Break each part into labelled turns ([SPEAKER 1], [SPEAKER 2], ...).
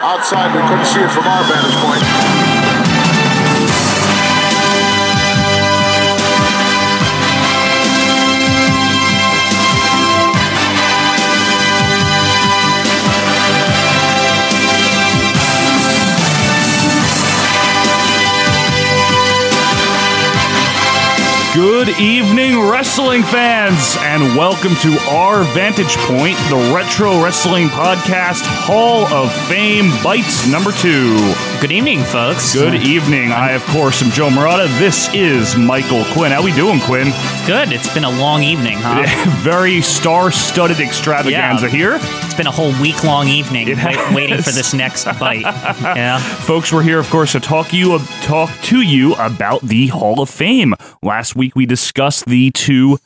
[SPEAKER 1] Outside, we couldn't see it from our vantage point.
[SPEAKER 2] Good evening, wrestling fans, and welcome to our Vantage Point, the Retro Wrestling Podcast Hall of Fame Bites number two.
[SPEAKER 3] Good evening, folks.
[SPEAKER 2] Good e- evening. I, of course, am Joe Murata. This is Michael Quinn. How we doing, Quinn?
[SPEAKER 3] Good. It's been a long evening, huh?
[SPEAKER 2] Very star-studded extravaganza
[SPEAKER 3] Yeah.
[SPEAKER 2] here.
[SPEAKER 3] It's been a whole week long evening wait,
[SPEAKER 2] has.
[SPEAKER 3] waiting for this next bite. yeah.
[SPEAKER 2] Folks, we're here, of course, to talk you talk to you about the Hall of Fame. Last week we discussed the two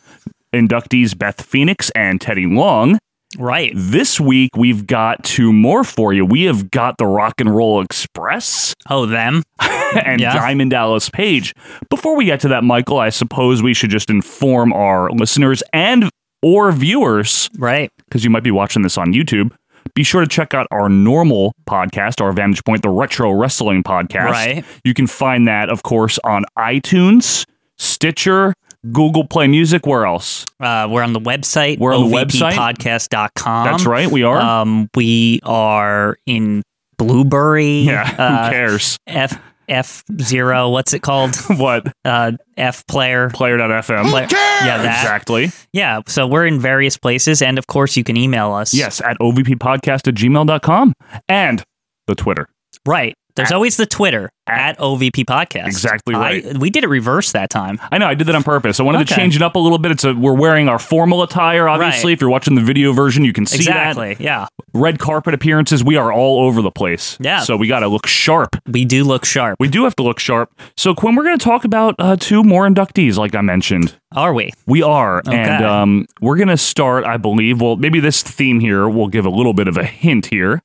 [SPEAKER 2] inductees, Beth Phoenix and Teddy Long.
[SPEAKER 3] Right.
[SPEAKER 2] This week we've got two more for you. We have got the Rock and Roll Express
[SPEAKER 3] Oh, them.
[SPEAKER 2] and
[SPEAKER 3] Yeah.
[SPEAKER 2] Diamond Dallas Page. Before we get to that, Michael, I suppose we should just inform our listeners and or viewers
[SPEAKER 3] Right.
[SPEAKER 2] because you might be watching this on YouTube. Be sure to check out our normal podcast, our Vantage Point, the Retro Wrestling Podcast.
[SPEAKER 3] Right.
[SPEAKER 2] You can find that, of course, on iTunes, Stitcher, Google Play Music. Where else?
[SPEAKER 3] Uh, we're on the website.
[SPEAKER 2] We're on the website.
[SPEAKER 3] OVPpodcast.com.
[SPEAKER 2] That's right. We are.
[SPEAKER 3] Um, we are in Blueberry.
[SPEAKER 2] yeah.
[SPEAKER 3] Uh,
[SPEAKER 2] who cares?
[SPEAKER 3] F F zero. What's it called?
[SPEAKER 2] what?
[SPEAKER 3] Uh, F player.
[SPEAKER 2] Player.fm.
[SPEAKER 3] Player- Yeah, that.
[SPEAKER 2] Exactly.
[SPEAKER 3] Yeah. So we're in various places, and of course, you can email us.
[SPEAKER 2] Yes, at ovppodcast at gmail.com and the Twitter.
[SPEAKER 3] Right. There's always the Twitter at, OVP Podcast.
[SPEAKER 2] Exactly
[SPEAKER 3] I-
[SPEAKER 2] right.
[SPEAKER 3] we did it reverse that time.
[SPEAKER 2] I know I did that on purpose. I wanted to
[SPEAKER 3] Okay.
[SPEAKER 2] change it up a little bit. It's a, we're wearing our formal attire, obviously.
[SPEAKER 3] Right.
[SPEAKER 2] If you're watching the video version, you can see that.
[SPEAKER 3] exactly. Yeah.
[SPEAKER 2] Red carpet appearances, we are all over the place.
[SPEAKER 3] Yeah.
[SPEAKER 2] So we got to look sharp.
[SPEAKER 3] We do look sharp,
[SPEAKER 2] We do have to look sharp. So, Quinn, we're going to talk about uh, two more inductees, like I mentioned.
[SPEAKER 3] are we?
[SPEAKER 2] We are. And
[SPEAKER 3] Okay.
[SPEAKER 2] um, we're going to start, I believe. Well, maybe this theme here will give a little bit of a hint here.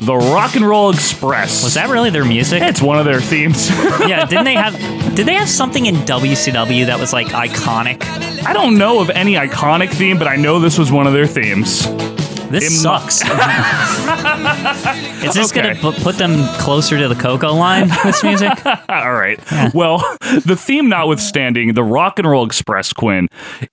[SPEAKER 2] The Rock and Roll Express.
[SPEAKER 3] Was that really their music?
[SPEAKER 2] It's one of their themes.
[SPEAKER 3] yeah, didn't they have did they have something in WCW that was like iconic?
[SPEAKER 2] I don't know of any iconic theme, but I know this was one of their themes.
[SPEAKER 3] This
[SPEAKER 2] It mu-
[SPEAKER 3] sucks. Is this
[SPEAKER 2] Okay.
[SPEAKER 3] gonna pu- put them closer to the Coco line? This music?
[SPEAKER 2] All right. Well, the theme notwithstanding, the Rock and Roll Express, Quinn,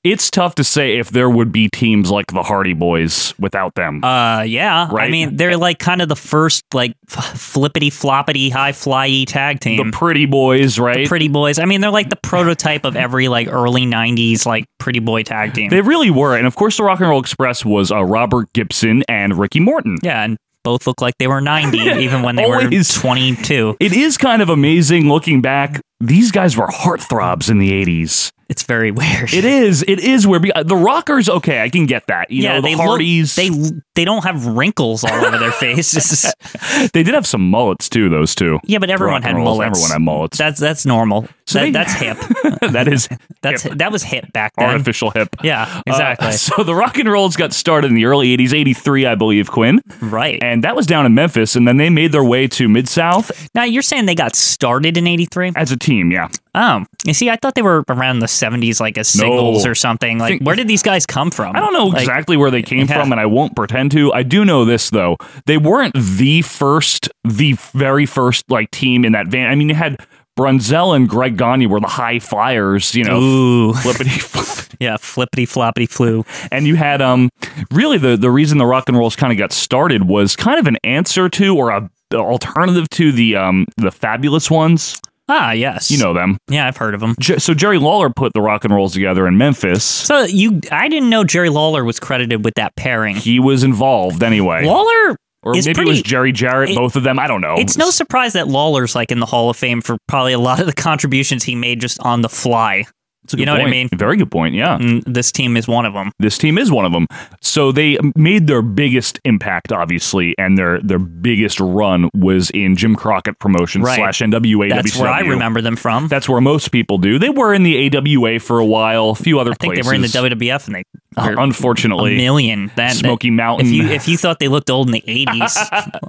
[SPEAKER 2] it's tough to say if there would be teams like the Hardy Boys without them.
[SPEAKER 3] Uh, yeah.
[SPEAKER 2] Right.
[SPEAKER 3] I mean, they're like kind of the first like f- flippity floppity high flyy tag team.
[SPEAKER 2] the Pretty Boys, right?
[SPEAKER 3] Pretty Boys. I mean, they're like the prototype of every like early '90s like Pretty Boy tag team.
[SPEAKER 2] they really were. And of course, the Rock and Roll Express was uh, Robert Gibson and Ricky Morton.
[SPEAKER 3] yeah, and both look like they were 90 even when they
[SPEAKER 2] Always.
[SPEAKER 3] were 22.
[SPEAKER 2] It is kind of amazing looking back. These guys were heartthrobs in the 80s.
[SPEAKER 3] It's very weird.
[SPEAKER 2] It is. It is where be- uh, the rockers. Okay, I can get that. You know, the
[SPEAKER 3] they
[SPEAKER 2] Hardys.
[SPEAKER 3] Look, they they don't have wrinkles all over their face. It's just-
[SPEAKER 2] They did have some mullets too. Those two.
[SPEAKER 3] yeah, but
[SPEAKER 2] Rock
[SPEAKER 3] everyone
[SPEAKER 2] and
[SPEAKER 3] had
[SPEAKER 2] rolls,
[SPEAKER 3] mullets.
[SPEAKER 2] Everyone had mullets.
[SPEAKER 3] That's that's normal. that,
[SPEAKER 2] they-
[SPEAKER 3] that's hip.
[SPEAKER 2] that is
[SPEAKER 3] That's
[SPEAKER 2] hip.
[SPEAKER 3] that was hip back then.
[SPEAKER 2] artificial hip.
[SPEAKER 3] Yeah,
[SPEAKER 2] Uh,
[SPEAKER 3] exactly.
[SPEAKER 2] so the rock and rolls got started in the early 80s, 83, I believe, Quinn.
[SPEAKER 3] right.
[SPEAKER 2] And that was down in Memphis. And then they made their way to Mid South
[SPEAKER 3] now you're saying they got started in 83?
[SPEAKER 2] as a team. Yeah.
[SPEAKER 3] Oh. You see, I thought they were around the 70s like as singles or something. Like
[SPEAKER 2] Think-
[SPEAKER 3] where did these guys come from?
[SPEAKER 2] I don't know
[SPEAKER 3] Like,
[SPEAKER 2] exactly where they came
[SPEAKER 3] yeah.
[SPEAKER 2] from, and I won't pretend to. I do know this though; they weren't the first, the very first like team in that van. I mean, you had Brunzell and Greg Gagne were the high flyers, you know,
[SPEAKER 3] Ooh.
[SPEAKER 2] flippity,
[SPEAKER 3] Yeah, flippity floppity flew.
[SPEAKER 2] and you had um really the the reason the rock and rolls kind of got started was kind of an answer to or a alternative to the um the fabulous ones.
[SPEAKER 3] Ah, yes.
[SPEAKER 2] You know them.
[SPEAKER 3] Yeah, I've heard of them.
[SPEAKER 2] Jer- so Jerry Lawler put the rock and rolls together in Memphis.
[SPEAKER 3] So you I didn't know Jerry Lawler was credited with that pairing.
[SPEAKER 2] He was involved anyway.
[SPEAKER 3] Lawler
[SPEAKER 2] or
[SPEAKER 3] is
[SPEAKER 2] maybe
[SPEAKER 3] pretty
[SPEAKER 2] it was Jerry Jarrett,
[SPEAKER 3] it-
[SPEAKER 2] both of them. I don't know.
[SPEAKER 3] It's no surprise that Lawler's like in the Hall of Fame for probably a lot of the contributions he made just on the fly.
[SPEAKER 2] It's a
[SPEAKER 3] You
[SPEAKER 2] good
[SPEAKER 3] know what I
[SPEAKER 2] point.
[SPEAKER 3] mean?
[SPEAKER 2] Very good point. Yeah.
[SPEAKER 3] And this team is one of them.
[SPEAKER 2] This team is one of them. So they made their biggest impact, obviously, and their their biggest run was in Jim Crockett Promotions
[SPEAKER 3] Right.
[SPEAKER 2] slash NWA.
[SPEAKER 3] That's where I
[SPEAKER 2] WCW.
[SPEAKER 3] remember them from.
[SPEAKER 2] That's where most people do. They were in the AWA for a while, a few other
[SPEAKER 3] I think
[SPEAKER 2] places.
[SPEAKER 3] they were in the WWF and they
[SPEAKER 2] Uh,
[SPEAKER 3] were a
[SPEAKER 2] unfortunately.
[SPEAKER 3] million. That
[SPEAKER 2] Smoky
[SPEAKER 3] that-
[SPEAKER 2] Mountain.
[SPEAKER 3] If you if you thought they looked old in the eighties,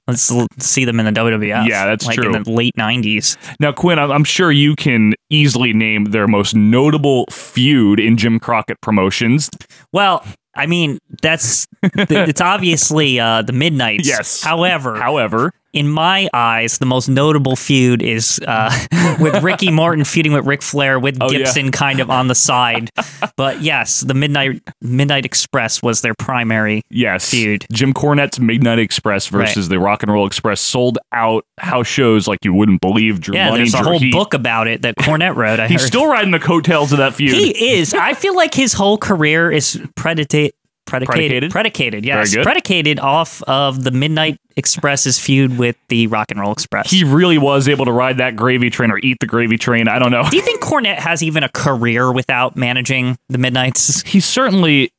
[SPEAKER 3] let's l- see them in the WWF.
[SPEAKER 2] Yeah, that's
[SPEAKER 3] like
[SPEAKER 2] true.
[SPEAKER 3] In the late nineties,
[SPEAKER 2] Now, Quinn, I'm- I'm sure you can easily name their most notable feud in Jim Crockett Promotions.
[SPEAKER 3] well, I mean, that's the, it's obviously uh, the Midnight's.
[SPEAKER 2] Yes.
[SPEAKER 3] However,
[SPEAKER 2] However,
[SPEAKER 3] in my eyes, the most notable feud is uh, with Ricky Martin feuding with Ric Flair with
[SPEAKER 2] Oh, yeah.
[SPEAKER 3] Gibson kind of on the side. but yes, the Midnight Midnight Express was their primary.
[SPEAKER 2] yes,
[SPEAKER 3] Feud.
[SPEAKER 2] Jim Cornette's Midnight Express versus the Rock and Roll Express sold out house shows like you wouldn't believe. Drew
[SPEAKER 3] Yeah,
[SPEAKER 2] Money,
[SPEAKER 3] there's a
[SPEAKER 2] Drew
[SPEAKER 3] whole
[SPEAKER 2] Heat.
[SPEAKER 3] book about it that Cornette wrote. I
[SPEAKER 2] He's
[SPEAKER 3] heard.
[SPEAKER 2] still riding the coattails of that feud.
[SPEAKER 3] He is. I feel like his whole career is predicate
[SPEAKER 2] Predicated?
[SPEAKER 3] predicated predicated yes
[SPEAKER 2] Very good.
[SPEAKER 3] predicated off of the Midnight Express's feud with the Rock and Roll Express.
[SPEAKER 2] he really was able to ride that gravy train or eat the gravy train. I don't know.
[SPEAKER 3] Do you think Cornette has even a career without managing the Midnights?
[SPEAKER 2] He certainly.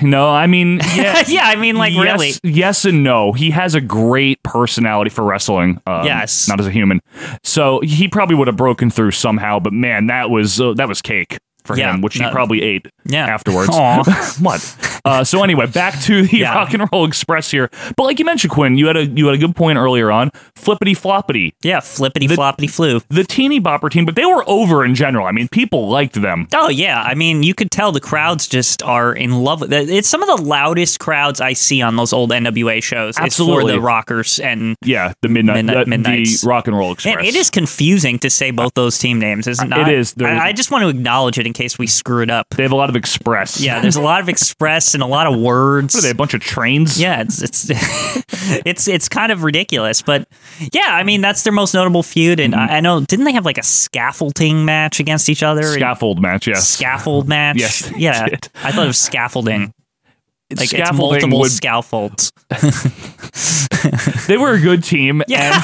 [SPEAKER 2] No, I mean, yeah,
[SPEAKER 3] yeah, I mean, like,
[SPEAKER 2] yes,
[SPEAKER 3] really?
[SPEAKER 2] yes and no. He has a great personality for wrestling. Um,
[SPEAKER 3] Yes.
[SPEAKER 2] not as a human. So he probably would have broken through somehow. But man, that was uh, that was cake for
[SPEAKER 3] Yeah,
[SPEAKER 2] him, which
[SPEAKER 3] no.
[SPEAKER 2] he probably ate
[SPEAKER 3] Yeah.
[SPEAKER 2] afterwards.
[SPEAKER 3] Aw.
[SPEAKER 2] what? Uh, so anyway, back to the
[SPEAKER 3] Yeah.
[SPEAKER 2] Rock and Roll Express here. But like you mentioned, Quinn, you had a you had a good point earlier on. Flippity floppity,
[SPEAKER 3] Yeah, flippity floppity flew.
[SPEAKER 2] the teeny bopper team, but they were over in general. I mean, people liked them.
[SPEAKER 3] Oh yeah, I mean, you could tell the crowds just are in love with it. It's some of the loudest crowds I see on those old NWA shows. It's for
[SPEAKER 2] Absolutely.
[SPEAKER 3] the rockers and
[SPEAKER 2] Yeah, the midnight,
[SPEAKER 3] Midnight-
[SPEAKER 2] the-
[SPEAKER 3] Midnights.
[SPEAKER 2] the Rock and Roll Express.
[SPEAKER 3] Man, it is confusing to say both those team names, is it not?
[SPEAKER 2] Uh, is. They're-
[SPEAKER 3] I, I just want to acknowledge it in case we screw it up.
[SPEAKER 2] They have a lot of express.
[SPEAKER 3] Yeah, there's a lot of express and a lot of words.
[SPEAKER 2] What are they a bunch of trains?
[SPEAKER 3] Yeah, it's it's it's it's kind of ridiculous, but yeah, I mean that's their most notable feud, and
[SPEAKER 2] Mm-hmm.
[SPEAKER 3] I, I know didn't they have like a scaffolding match against each other?
[SPEAKER 2] Scaffold match, yes.
[SPEAKER 3] Scaffold match.
[SPEAKER 2] Yes, they
[SPEAKER 3] yeah.
[SPEAKER 2] did.
[SPEAKER 3] I thought of scaffolding. Like
[SPEAKER 2] Scaffolding
[SPEAKER 3] it's multiple
[SPEAKER 2] would-
[SPEAKER 3] scaffolds.
[SPEAKER 2] they were a good team.
[SPEAKER 3] Yeah.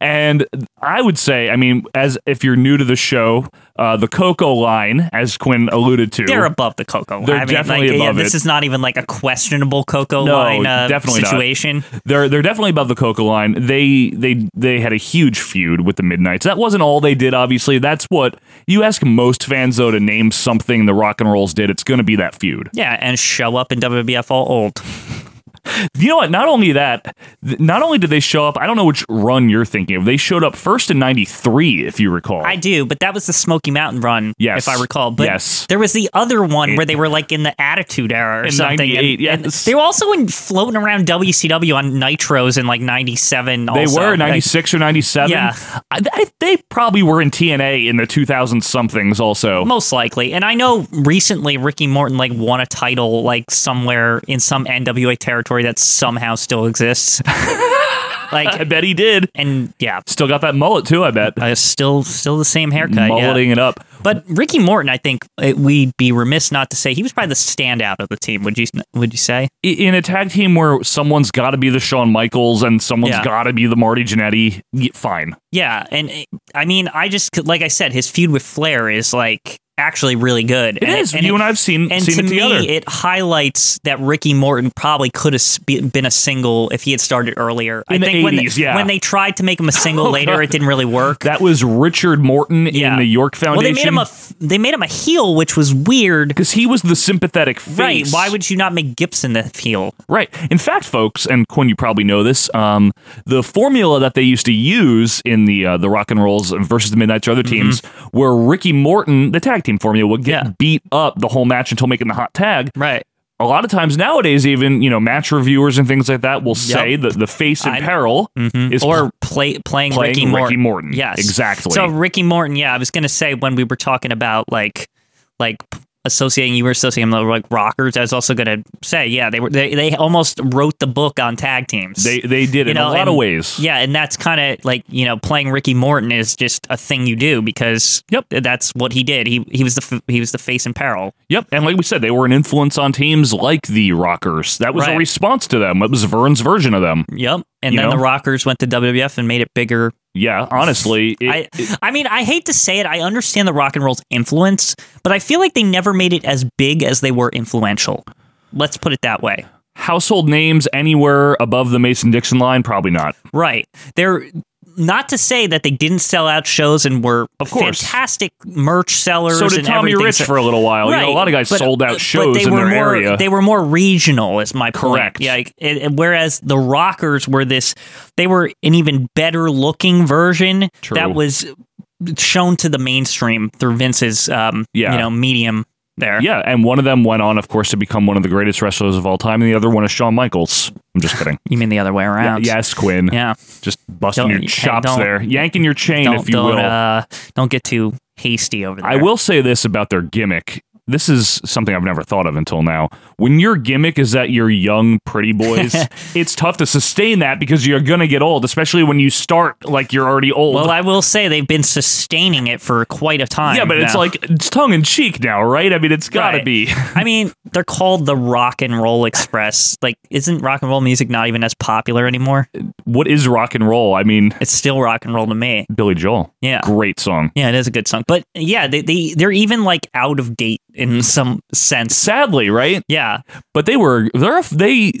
[SPEAKER 2] And, and I would say, I mean, as if you're new to the show, uh, the Coco line, as Quinn alluded to,
[SPEAKER 3] They're above the cocoa.
[SPEAKER 2] They're
[SPEAKER 3] I mean,
[SPEAKER 2] definitely
[SPEAKER 3] like, yeah,
[SPEAKER 2] above
[SPEAKER 3] This
[SPEAKER 2] it.
[SPEAKER 3] is not even like a questionable cocoa
[SPEAKER 2] No,
[SPEAKER 3] line uh,
[SPEAKER 2] definitely not.
[SPEAKER 3] situation.
[SPEAKER 2] they're they're definitely above the Coco line. They they they had a huge feud with the Midnight's. That wasn't all they did, obviously. That's what you ask most fans though to name something the Rock and Rolls did. It's going to be that feud.
[SPEAKER 3] Yeah, and show up in WWF all old.
[SPEAKER 2] You know what? Not only that, th- not only did they show up. I don't know which run you're thinking of. They showed up first in '93, if you recall.
[SPEAKER 3] I do, but that was the Smoky Mountain Run,
[SPEAKER 2] Yes.
[SPEAKER 3] if I recall. But
[SPEAKER 2] Yes.
[SPEAKER 3] there was the other one where they were like in the Attitude Era or
[SPEAKER 2] In
[SPEAKER 3] something.
[SPEAKER 2] 98,
[SPEAKER 3] and- and
[SPEAKER 2] yes.
[SPEAKER 3] they were also in floating around WCW on Nitros in like '97.
[SPEAKER 2] They were 96 or 97.
[SPEAKER 3] Yeah.
[SPEAKER 2] I, I, they probably were in TNA in the 2000 somethings also.
[SPEAKER 3] most likely. And I know recently Ricky Morton like won a title like somewhere in some NWA territory that somehow still exists.
[SPEAKER 2] I
[SPEAKER 3] like
[SPEAKER 2] bet he did.
[SPEAKER 3] and yeah,
[SPEAKER 2] Still got that mullet too, I bet.
[SPEAKER 3] uh, still still the same haircut. yeah.
[SPEAKER 2] Mulleting it up.
[SPEAKER 3] But Ricky Morton, I think it, we'd be remiss not to say he was probably the standout of the team. Would you would you say?
[SPEAKER 2] I- In a tag team where someone's got to be the Shawn Michaels and someone's
[SPEAKER 3] Yeah.
[SPEAKER 2] got to be the Marty Jannetty, y- fine.
[SPEAKER 3] Yeah, and uh, I mean, I just could- like I said, his feud with Flair is like actually really good.
[SPEAKER 2] It is. you and I have seen,
[SPEAKER 3] And
[SPEAKER 2] seen
[SPEAKER 3] to
[SPEAKER 2] it together.
[SPEAKER 3] me, it highlights that Ricky Morton probably could have sp- been a single if he had started earlier.
[SPEAKER 2] In
[SPEAKER 3] I
[SPEAKER 2] the
[SPEAKER 3] think when,
[SPEAKER 2] 80s,
[SPEAKER 3] they,
[SPEAKER 2] yeah.
[SPEAKER 3] when they tried to make him a single
[SPEAKER 2] Oh,
[SPEAKER 3] later,
[SPEAKER 2] God.
[SPEAKER 3] it didn't really work.
[SPEAKER 2] that was Richard Morton
[SPEAKER 3] Yeah.
[SPEAKER 2] in the York
[SPEAKER 3] well, they
[SPEAKER 2] Foundation.
[SPEAKER 3] made him a f- they made him a heel, which was weird.
[SPEAKER 2] because he was the sympathetic face.
[SPEAKER 3] Right? Why would you not make Gibson the heel?
[SPEAKER 2] Right. In fact, folks, and Quinn, you probably know this. Um, the formula that they used to use in the uh, the Rock and Rolls versus the Midnight's or other teams, where Ricky Morton, the tag team formula, would get
[SPEAKER 3] Mm-hmm. Yeah.
[SPEAKER 2] beat up the whole match until making the hot tag.
[SPEAKER 3] Right.
[SPEAKER 2] A lot of times nowadays, even you know, match reviewers and things like that will say that the face in
[SPEAKER 3] I- Mm-hmm.
[SPEAKER 2] peril is
[SPEAKER 3] or play, playing,
[SPEAKER 2] playing
[SPEAKER 3] Ricky Morton.
[SPEAKER 2] Ricky Morton.
[SPEAKER 3] Yes,
[SPEAKER 2] Exactly.
[SPEAKER 3] So Ricky Morton, yeah, I was gonna say when we were talking about like, like associating you were associating them with, like rockers. I was also gonna say, yeah, they were they, they almost wrote the book on tag teams.
[SPEAKER 2] they they did
[SPEAKER 3] You
[SPEAKER 2] in
[SPEAKER 3] know,
[SPEAKER 2] a lot of
[SPEAKER 3] and-
[SPEAKER 2] ways.
[SPEAKER 3] yeah, and that's kind of like you know playing Ricky Morton is just a thing you do because
[SPEAKER 2] Yep.
[SPEAKER 3] that's what he did. He he was the f- he was the face in peril.
[SPEAKER 2] Yep, and like we said, they were an influence on teams like the Rockers. That was a
[SPEAKER 3] Right.
[SPEAKER 2] response to them. It was Vern's version of them.
[SPEAKER 3] Yep. And
[SPEAKER 2] You
[SPEAKER 3] then
[SPEAKER 2] know?
[SPEAKER 3] the Rockers went to WWF and made it bigger
[SPEAKER 2] Yeah, honestly, it,
[SPEAKER 3] I, I mean, I hate to say it. I understand the rock and roll's influence, but I feel like they never made it as big as they were influential. Let's put it that way.
[SPEAKER 2] household names anywhere above the Mason Dixon line? Probably not.
[SPEAKER 3] Right. They're not to say that they didn't sell out shows and were of
[SPEAKER 2] course.
[SPEAKER 3] fantastic merch sellers.
[SPEAKER 2] So did
[SPEAKER 3] and
[SPEAKER 2] Tommy
[SPEAKER 3] everything.
[SPEAKER 2] Rich for a little while. Oh, You know, a lot of guys
[SPEAKER 3] but- uh,
[SPEAKER 2] sold out
[SPEAKER 3] but
[SPEAKER 2] shows
[SPEAKER 3] they
[SPEAKER 2] in
[SPEAKER 3] were
[SPEAKER 2] their
[SPEAKER 3] more,
[SPEAKER 2] area.
[SPEAKER 3] They were more regional, is my point.
[SPEAKER 2] Correct.
[SPEAKER 3] Yeah, like, and- and whereas the Rockers were this, they were an even better looking version
[SPEAKER 2] True.
[SPEAKER 3] that was shown to the mainstream through Vince's, um,
[SPEAKER 2] Yeah.
[SPEAKER 3] you know, medium there.
[SPEAKER 2] Yeah, and one of them went on, of course, to become one of the greatest wrestlers of all time, and the other one is Shawn Michaels. I'm just kidding.
[SPEAKER 3] You mean the other way
[SPEAKER 2] Yeah,
[SPEAKER 3] around?
[SPEAKER 2] yes, Quinn.
[SPEAKER 3] Yeah.
[SPEAKER 2] Just busting
[SPEAKER 3] Don't-
[SPEAKER 2] your
[SPEAKER 3] hey,
[SPEAKER 2] chops
[SPEAKER 3] don't-
[SPEAKER 2] there, yanking your chain,
[SPEAKER 3] Don't
[SPEAKER 2] if you
[SPEAKER 3] don't
[SPEAKER 2] will.
[SPEAKER 3] uh, don't get too hasty over there.
[SPEAKER 2] I will say this about their gimmick. This is something I've never thought of until now. When your gimmick is that you're young, pretty boys, it's tough to sustain that because you're gonna get old, especially when you start like you're already old.
[SPEAKER 3] Well, I will say they've been sustaining it for quite a time.
[SPEAKER 2] yeah, but it's
[SPEAKER 3] now.
[SPEAKER 2] like it's tongue in cheek now, right? I mean, it's gotta
[SPEAKER 3] Right.
[SPEAKER 2] be.
[SPEAKER 3] I mean, they're called the Rock and Roll Express. Like, isn't rock and roll music not even as popular anymore?
[SPEAKER 2] What is rock and roll? I mean,
[SPEAKER 3] It's still rock and roll to me.
[SPEAKER 2] Billy Joel,
[SPEAKER 3] Yeah.
[SPEAKER 2] great song.
[SPEAKER 3] Yeah, it is a good song. But yeah, they, they they're even like out of date in some sense.
[SPEAKER 2] Sadly, right?
[SPEAKER 3] Yeah.
[SPEAKER 2] But they were they're a, they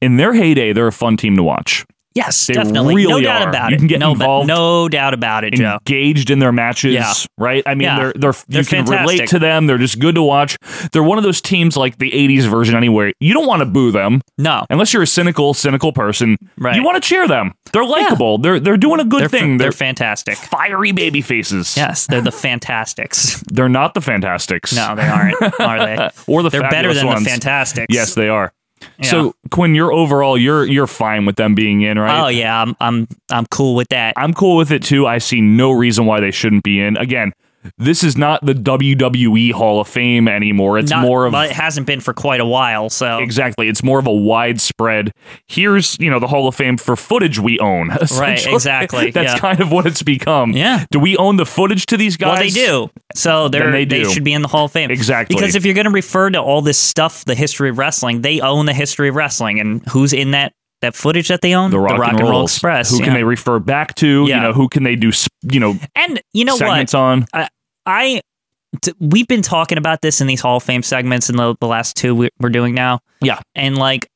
[SPEAKER 2] in their heyday, they're a fun team to watch.
[SPEAKER 3] Yes,
[SPEAKER 2] They
[SPEAKER 3] definitely. no
[SPEAKER 2] really
[SPEAKER 3] doubt
[SPEAKER 2] are.
[SPEAKER 3] about
[SPEAKER 2] You
[SPEAKER 3] it.
[SPEAKER 2] can get
[SPEAKER 3] no,
[SPEAKER 2] involved.
[SPEAKER 3] But no doubt about it, Joe.
[SPEAKER 2] engaged in their matches,
[SPEAKER 3] Yeah.
[SPEAKER 2] right? I mean,
[SPEAKER 3] Yeah.
[SPEAKER 2] they're they're you
[SPEAKER 3] They're
[SPEAKER 2] can relate
[SPEAKER 3] fantastic.
[SPEAKER 2] to them. They're just good to watch. They're one of those teams like the '80s version, anyway. You don't want to boo them
[SPEAKER 3] No.
[SPEAKER 2] unless you're a cynical, cynical person.
[SPEAKER 3] Right.
[SPEAKER 2] You want to cheer them. They're likable. They're they're doing a good
[SPEAKER 3] They're, fa-
[SPEAKER 2] thing.
[SPEAKER 3] they're
[SPEAKER 2] they're
[SPEAKER 3] fantastic.
[SPEAKER 2] fiery baby faces.
[SPEAKER 3] Yes, they're the fantastics.
[SPEAKER 2] They're not the Fantastics.
[SPEAKER 3] No, they aren't, are they?
[SPEAKER 2] Or the
[SPEAKER 3] They're better
[SPEAKER 2] fabulous
[SPEAKER 3] than
[SPEAKER 2] ones.
[SPEAKER 3] the fantastics.
[SPEAKER 2] Yes, they are.
[SPEAKER 3] Yeah.
[SPEAKER 2] So Quinn, you're overall you're you're fine with them being in, right?
[SPEAKER 3] Oh yeah, I'm I'm I'm cool with that.
[SPEAKER 2] I'm cool with it too. I see no reason why they shouldn't be in. Again, this is not the WWE Hall of Fame anymore. It's
[SPEAKER 3] Not-
[SPEAKER 2] more of
[SPEAKER 3] well, it hasn't been for quite a while, so
[SPEAKER 2] exactly. It's more of a widespread. Here's you know the Hall of Fame for footage we own. essentially.
[SPEAKER 3] exactly,
[SPEAKER 2] That's
[SPEAKER 3] yeah.
[SPEAKER 2] kind of what it's become.
[SPEAKER 3] Yeah.
[SPEAKER 2] Do we own the footage to these guys?
[SPEAKER 3] well they do. So they're,
[SPEAKER 2] Then they
[SPEAKER 3] they,
[SPEAKER 2] do.
[SPEAKER 3] should be in the Hall of Fame
[SPEAKER 2] Exactly.
[SPEAKER 3] because if you're going to refer to all this stuff, the history of wrestling, they own the history of wrestling, and who's in that that footage that they own?
[SPEAKER 2] The Rock,
[SPEAKER 3] and Roll
[SPEAKER 2] Rolls.
[SPEAKER 3] Express.
[SPEAKER 2] Who
[SPEAKER 3] yeah.
[SPEAKER 2] can they refer back to? You
[SPEAKER 3] Yeah.
[SPEAKER 2] know, who can they do? s- You know,
[SPEAKER 3] And you know what?
[SPEAKER 2] segments on.
[SPEAKER 3] I t- we've been talking about this in these Hall of Fame segments in the, the last two we- we're doing now.
[SPEAKER 2] Yeah.
[SPEAKER 3] and like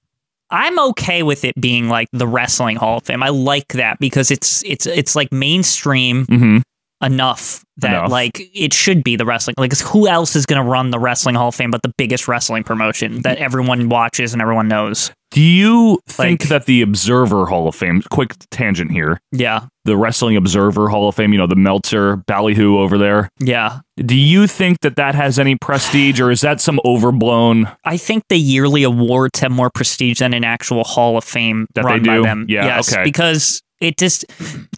[SPEAKER 3] I'm okay with it being like the wrestling Hall of Fame. I like that because it's it's it's like mainstream
[SPEAKER 2] Mm-hmm.
[SPEAKER 3] enough that
[SPEAKER 2] Enough.
[SPEAKER 3] like it should be the wrestling. Like 'cause who else is going to run the wrestling Hall of Fame but the biggest wrestling promotion
[SPEAKER 2] Mm.
[SPEAKER 3] that everyone watches and everyone knows?
[SPEAKER 2] Do you think
[SPEAKER 3] Like-
[SPEAKER 2] that the Observer Hall of Fame? Quick tangent here.
[SPEAKER 3] Yeah,
[SPEAKER 2] the Wrestling Observer Hall of Fame, you know, the Meltzer Ballyhoo over there.
[SPEAKER 3] yeah.
[SPEAKER 2] Do you think that that has any prestige or is that some overblown?
[SPEAKER 3] I think the yearly awards have more prestige than an actual Hall of Fame
[SPEAKER 2] That
[SPEAKER 3] run
[SPEAKER 2] they do?
[SPEAKER 3] by them.
[SPEAKER 2] Yeah,
[SPEAKER 3] yes,
[SPEAKER 2] okay.
[SPEAKER 3] because it just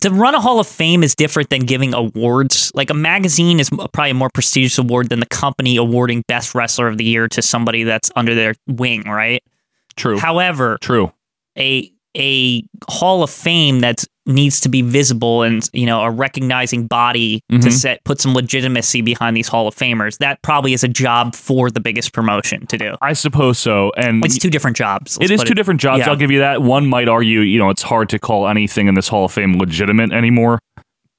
[SPEAKER 3] to run a Hall of Fame is different than giving awards. Like a magazine is probably a more prestigious award than the company awarding Best Wrestler of the Year to somebody that's under their wing, right?
[SPEAKER 2] True.
[SPEAKER 3] However,
[SPEAKER 2] True.
[SPEAKER 3] a a Hall of Fame that needs to be visible and you know a recognizing body to
[SPEAKER 2] Mhm.
[SPEAKER 3] set put some legitimacy behind these Hall of Famers. That probably is a job for the biggest promotion to do.
[SPEAKER 2] I suppose so. And
[SPEAKER 3] It's two different jobs.
[SPEAKER 2] it
[SPEAKER 3] let's
[SPEAKER 2] is
[SPEAKER 3] put
[SPEAKER 2] two different jobs.
[SPEAKER 3] yeah.
[SPEAKER 2] I'll give you that. One might argue, you know, it's hard to call anything in this Hall of Fame legitimate anymore.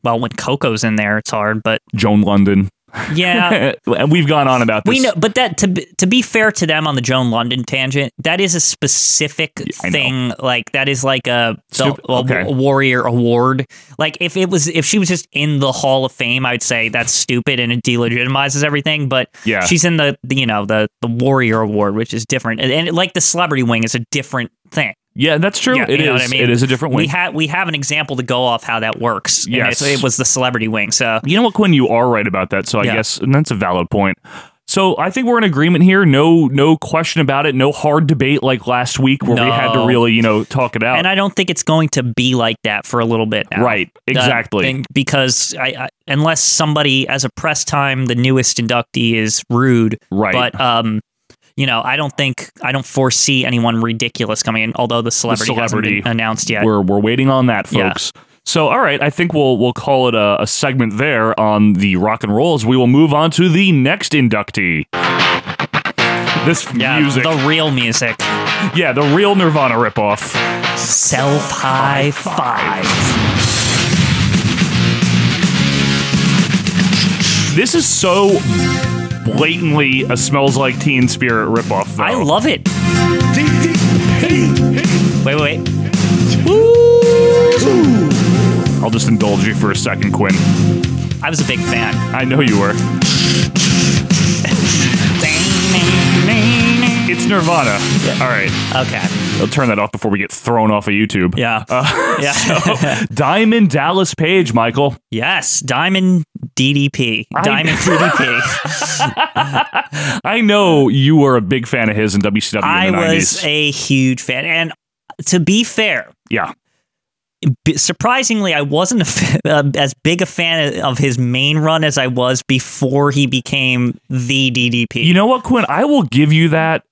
[SPEAKER 3] Well, when Coco's in there, it's hard, but
[SPEAKER 2] Joan London.
[SPEAKER 3] yeah.
[SPEAKER 2] and we've gone on about this.
[SPEAKER 3] Uh, We know, but that to be- to be fair to them on the Joan London tangent, that is a specific
[SPEAKER 2] I know.
[SPEAKER 3] thing. Like that is like a, the-
[SPEAKER 2] Stup-
[SPEAKER 3] a wa-
[SPEAKER 2] okay.
[SPEAKER 3] warrior award. Like if it was if she was just in the Hall of Fame, I'd say that's stupid and it delegitimizes everything. But
[SPEAKER 2] Yeah.
[SPEAKER 3] she's in the, the you know the the warrior award, which is different, and, and like the celebrity wing is a different thing.
[SPEAKER 2] Yeah, that's true.
[SPEAKER 3] Yeah,
[SPEAKER 2] It is.
[SPEAKER 3] you know what I mean?
[SPEAKER 2] It is a different
[SPEAKER 3] We
[SPEAKER 2] way.
[SPEAKER 3] had we have an example to go off how that works. and
[SPEAKER 2] Yes.
[SPEAKER 3] it's- it was the celebrity wing. So
[SPEAKER 2] You know what, Quinn? You are right about that. So I
[SPEAKER 3] Yeah.
[SPEAKER 2] guess and that's a valid point. So I think we're in agreement here. No, no question about it. No hard debate like last week where we had to
[SPEAKER 3] No.
[SPEAKER 2] really, you know, talk it out.
[SPEAKER 3] and I don't think it's going to be like that for a little bit. Now.
[SPEAKER 2] right?
[SPEAKER 3] Uh,
[SPEAKER 2] Exactly.
[SPEAKER 3] thing- because I, I, unless somebody as a press time, the newest inductee is rude.
[SPEAKER 2] right.
[SPEAKER 3] But um, you know, I don't think I don't foresee anyone ridiculous coming in. Although the celebrity,
[SPEAKER 2] celebrity
[SPEAKER 3] hasn't been announced yet.
[SPEAKER 2] we're we're waiting on that,
[SPEAKER 3] Yeah.
[SPEAKER 2] folks. So all right, I think we'll we'll call it a, a segment there on the rock and rolls. We will move on to the next inductee. This
[SPEAKER 3] yeah,
[SPEAKER 2] music,
[SPEAKER 3] the real music.
[SPEAKER 2] yeah, the real Nirvana ripoff.
[SPEAKER 3] Self high five.
[SPEAKER 2] This is so blatantly a smells like Teen Spirit ripoff. Though.
[SPEAKER 3] I love it. Wait, wait, wait.
[SPEAKER 2] I'll just indulge you for a second, Quinn.
[SPEAKER 3] I was a big fan.
[SPEAKER 2] I know you were. It's Nirvana. All right.
[SPEAKER 3] Okay.
[SPEAKER 2] I'll turn that off before we get thrown off of YouTube.
[SPEAKER 3] Yeah.
[SPEAKER 2] Uh,
[SPEAKER 3] yeah.
[SPEAKER 2] Diamond Dallas Page, Michael.
[SPEAKER 3] yes. Diamond DDP. Diamond DDP.
[SPEAKER 2] I know you were a big fan of his in WCW
[SPEAKER 3] I
[SPEAKER 2] in the 90s.
[SPEAKER 3] was a huge fan. And to be fair,
[SPEAKER 2] yeah.
[SPEAKER 3] b- surprisingly, I wasn't a f- uh, as big a fan of his main run as I was before he became the DDP.
[SPEAKER 2] You know what, Quinn? I will give you that.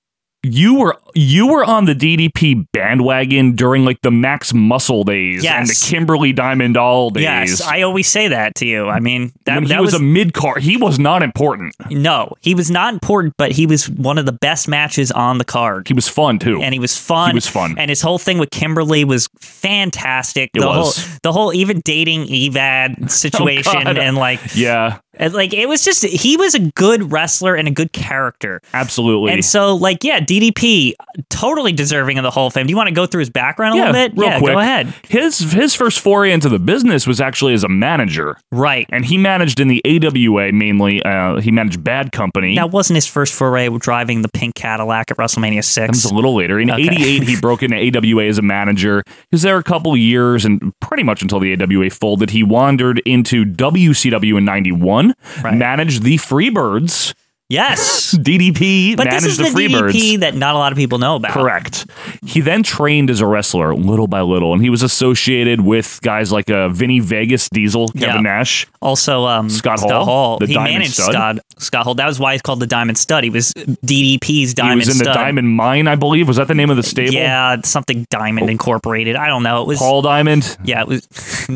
[SPEAKER 2] You were you were on the DDP bandwagon during like the Max Muscle days and the
[SPEAKER 3] Yes.
[SPEAKER 2] Kimberly Diamond All days.
[SPEAKER 3] yes, I always say that to you. I mean, that,
[SPEAKER 2] when he
[SPEAKER 3] that
[SPEAKER 2] was, a mid card, he was not important.
[SPEAKER 3] no. He was not important, but he was one of the best matches on the card.
[SPEAKER 2] He was fun too.
[SPEAKER 3] and he was fun.
[SPEAKER 2] He was fun.
[SPEAKER 3] and his whole thing with Kimberly was fantastic.
[SPEAKER 2] It
[SPEAKER 3] the
[SPEAKER 2] was. Oh,
[SPEAKER 3] whole, the whole even dating Evad situation,
[SPEAKER 2] God.
[SPEAKER 3] and like,
[SPEAKER 2] yeah,
[SPEAKER 3] and, like it was just he was a good wrestler and a good character.
[SPEAKER 2] absolutely.
[SPEAKER 3] And so, like, yeah, DDP totally deserving of the Hall of Fame. Do you want to go through his background a
[SPEAKER 2] yeah,
[SPEAKER 3] little bit?
[SPEAKER 2] real
[SPEAKER 3] yeah,
[SPEAKER 2] quick.
[SPEAKER 3] go ahead.
[SPEAKER 2] His his first foray into the business was actually as a manager,
[SPEAKER 3] Right.
[SPEAKER 2] and he managed in the AWA mainly. Uh, he managed Bad Company.
[SPEAKER 3] That wasn't his first foray with driving the pink Cadillac at WrestleMania
[SPEAKER 2] That was
[SPEAKER 3] six.
[SPEAKER 2] a little later. In
[SPEAKER 3] Okay.
[SPEAKER 2] '88, he broke into AWA as a manager. He was there a couple years, and pretty much until the AWA folded, he wandered into WCW in '91,
[SPEAKER 3] Right.
[SPEAKER 2] managed the Freebirds.
[SPEAKER 3] Yes.
[SPEAKER 2] DDP
[SPEAKER 3] But
[SPEAKER 2] managed
[SPEAKER 3] this is the,
[SPEAKER 2] the Freebirds.
[SPEAKER 3] DDP that not a lot of people know about.
[SPEAKER 2] Correct. He then trained as a wrestler little by little, and he was associated with guys like uh, Vinny Vegas, Diesel, Kevin
[SPEAKER 3] Yeah.
[SPEAKER 2] Nash.
[SPEAKER 3] Also, um,
[SPEAKER 2] Scott Hall, the
[SPEAKER 3] he
[SPEAKER 2] Diamond
[SPEAKER 3] managed
[SPEAKER 2] Stud.
[SPEAKER 3] Scott, Scott Hall. That was why he's called the Diamond Stud. He was DDP's
[SPEAKER 2] He
[SPEAKER 3] Diamond
[SPEAKER 2] was in
[SPEAKER 3] Stud.
[SPEAKER 2] the Diamond Mine, I believe. Was that the name of the stable?
[SPEAKER 3] Yeah, something Diamond Incorporated. I don't know. It was
[SPEAKER 2] Oh. Paul Diamond.
[SPEAKER 3] Yeah, it was. Paul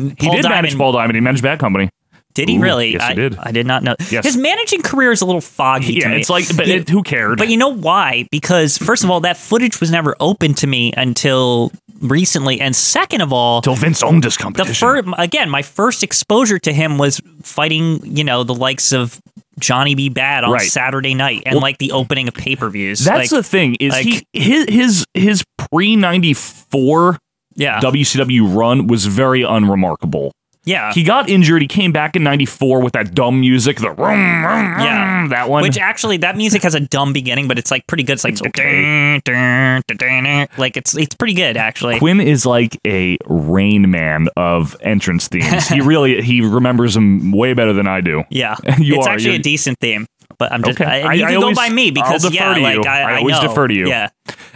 [SPEAKER 2] He did manage
[SPEAKER 3] Diamond
[SPEAKER 2] Paul Diamond. He managed Bad Company.
[SPEAKER 3] Did he
[SPEAKER 2] Ooh,
[SPEAKER 3] really?
[SPEAKER 2] yes, he
[SPEAKER 3] I
[SPEAKER 2] did.
[SPEAKER 3] I did not know.
[SPEAKER 2] Yes.
[SPEAKER 3] His managing career is a little foggy. to
[SPEAKER 2] Yeah,
[SPEAKER 3] me.
[SPEAKER 2] it's like, but
[SPEAKER 3] You-
[SPEAKER 2] it, who cared?
[SPEAKER 3] but you know why? Because first of all, that footage was never open to me until recently, and second of all,
[SPEAKER 2] Till Vince owned his
[SPEAKER 3] the
[SPEAKER 2] competition.
[SPEAKER 3] first again, my first exposure to him was fighting, you know, the likes of Johnny B. Bad on
[SPEAKER 2] Right.
[SPEAKER 3] Saturday night, and like the opening of pay per views.
[SPEAKER 2] That's
[SPEAKER 3] like,
[SPEAKER 2] the thing is
[SPEAKER 3] like-
[SPEAKER 2] he his his, his pre ninety four
[SPEAKER 3] yeah,
[SPEAKER 2] WCW run was very unremarkable.
[SPEAKER 3] yeah.
[SPEAKER 2] He got injured. He came back in '94 with that dumb music, the room,
[SPEAKER 3] Yeah.
[SPEAKER 2] yeah, that one.
[SPEAKER 3] Which actually, that music has a dumb beginning, but it's like pretty good. It's like
[SPEAKER 2] okay.
[SPEAKER 3] dun, dun, dun, dun. like it's it's pretty good actually.
[SPEAKER 2] Quinn is like a rain man of entrance themes. he really he remembers them way better than I do.
[SPEAKER 3] Yeah,
[SPEAKER 2] You
[SPEAKER 3] it's
[SPEAKER 2] are,
[SPEAKER 3] actually
[SPEAKER 2] you're-
[SPEAKER 3] a decent theme. But I'm just
[SPEAKER 2] Okay.
[SPEAKER 3] I, and
[SPEAKER 2] I-
[SPEAKER 3] you
[SPEAKER 2] I
[SPEAKER 3] can
[SPEAKER 2] always-
[SPEAKER 3] go by me because
[SPEAKER 2] I'll defer
[SPEAKER 3] yeah,
[SPEAKER 2] to
[SPEAKER 3] like
[SPEAKER 2] you.
[SPEAKER 3] I,
[SPEAKER 2] I always
[SPEAKER 3] know.
[SPEAKER 2] defer to you.
[SPEAKER 3] Yeah,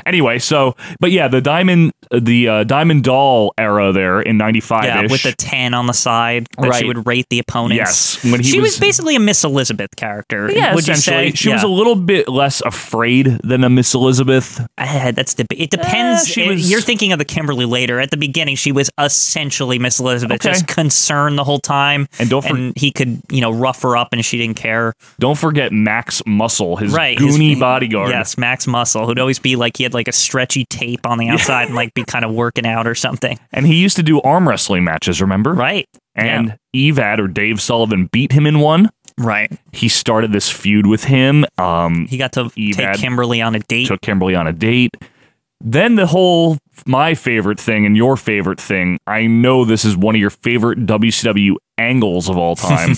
[SPEAKER 2] Anyway, so but yeah, the diamond the uh, diamond doll era there in '95
[SPEAKER 3] yeah, with the ten on the side that
[SPEAKER 2] Right.
[SPEAKER 3] she would rate the opponents.
[SPEAKER 2] Yes, when he
[SPEAKER 3] she was,
[SPEAKER 2] was-
[SPEAKER 3] basically a Miss Elizabeth character.
[SPEAKER 2] yeah,
[SPEAKER 3] would you
[SPEAKER 2] essentially,
[SPEAKER 3] say
[SPEAKER 2] she was a
[SPEAKER 3] Yeah.
[SPEAKER 2] little bit less afraid than a Miss Elizabeth.
[SPEAKER 3] Ah, that's the. It depends.
[SPEAKER 2] Eh, she
[SPEAKER 3] It-
[SPEAKER 2] was-
[SPEAKER 3] You're thinking of the Kimberly later. At the beginning, she was essentially Miss Elizabeth,
[SPEAKER 2] Okay.
[SPEAKER 3] just concerned the whole time.
[SPEAKER 2] And don't for-
[SPEAKER 3] and he could, you know, rough her up, and she didn't care.
[SPEAKER 2] Don't forget Max Muscle, his
[SPEAKER 3] Right, his-
[SPEAKER 2] goony bodyguard.
[SPEAKER 3] Yes, Max Muscle, who'd always be like he had like a stretchy tape on the outside and like be kind of working out or something.
[SPEAKER 2] And he used to do arm wrestling matches, remember?
[SPEAKER 3] Right.
[SPEAKER 2] And Evad or Dave Sullivan beat him in one.
[SPEAKER 3] Right.
[SPEAKER 2] He started this feud with him, um,
[SPEAKER 3] He got to
[SPEAKER 2] Evad
[SPEAKER 3] take Kimberly on a date.
[SPEAKER 2] took Kimberly on a date. Then the whole my favorite thing and your favorite thing, I know this is one of your favorite WCW angles of all time,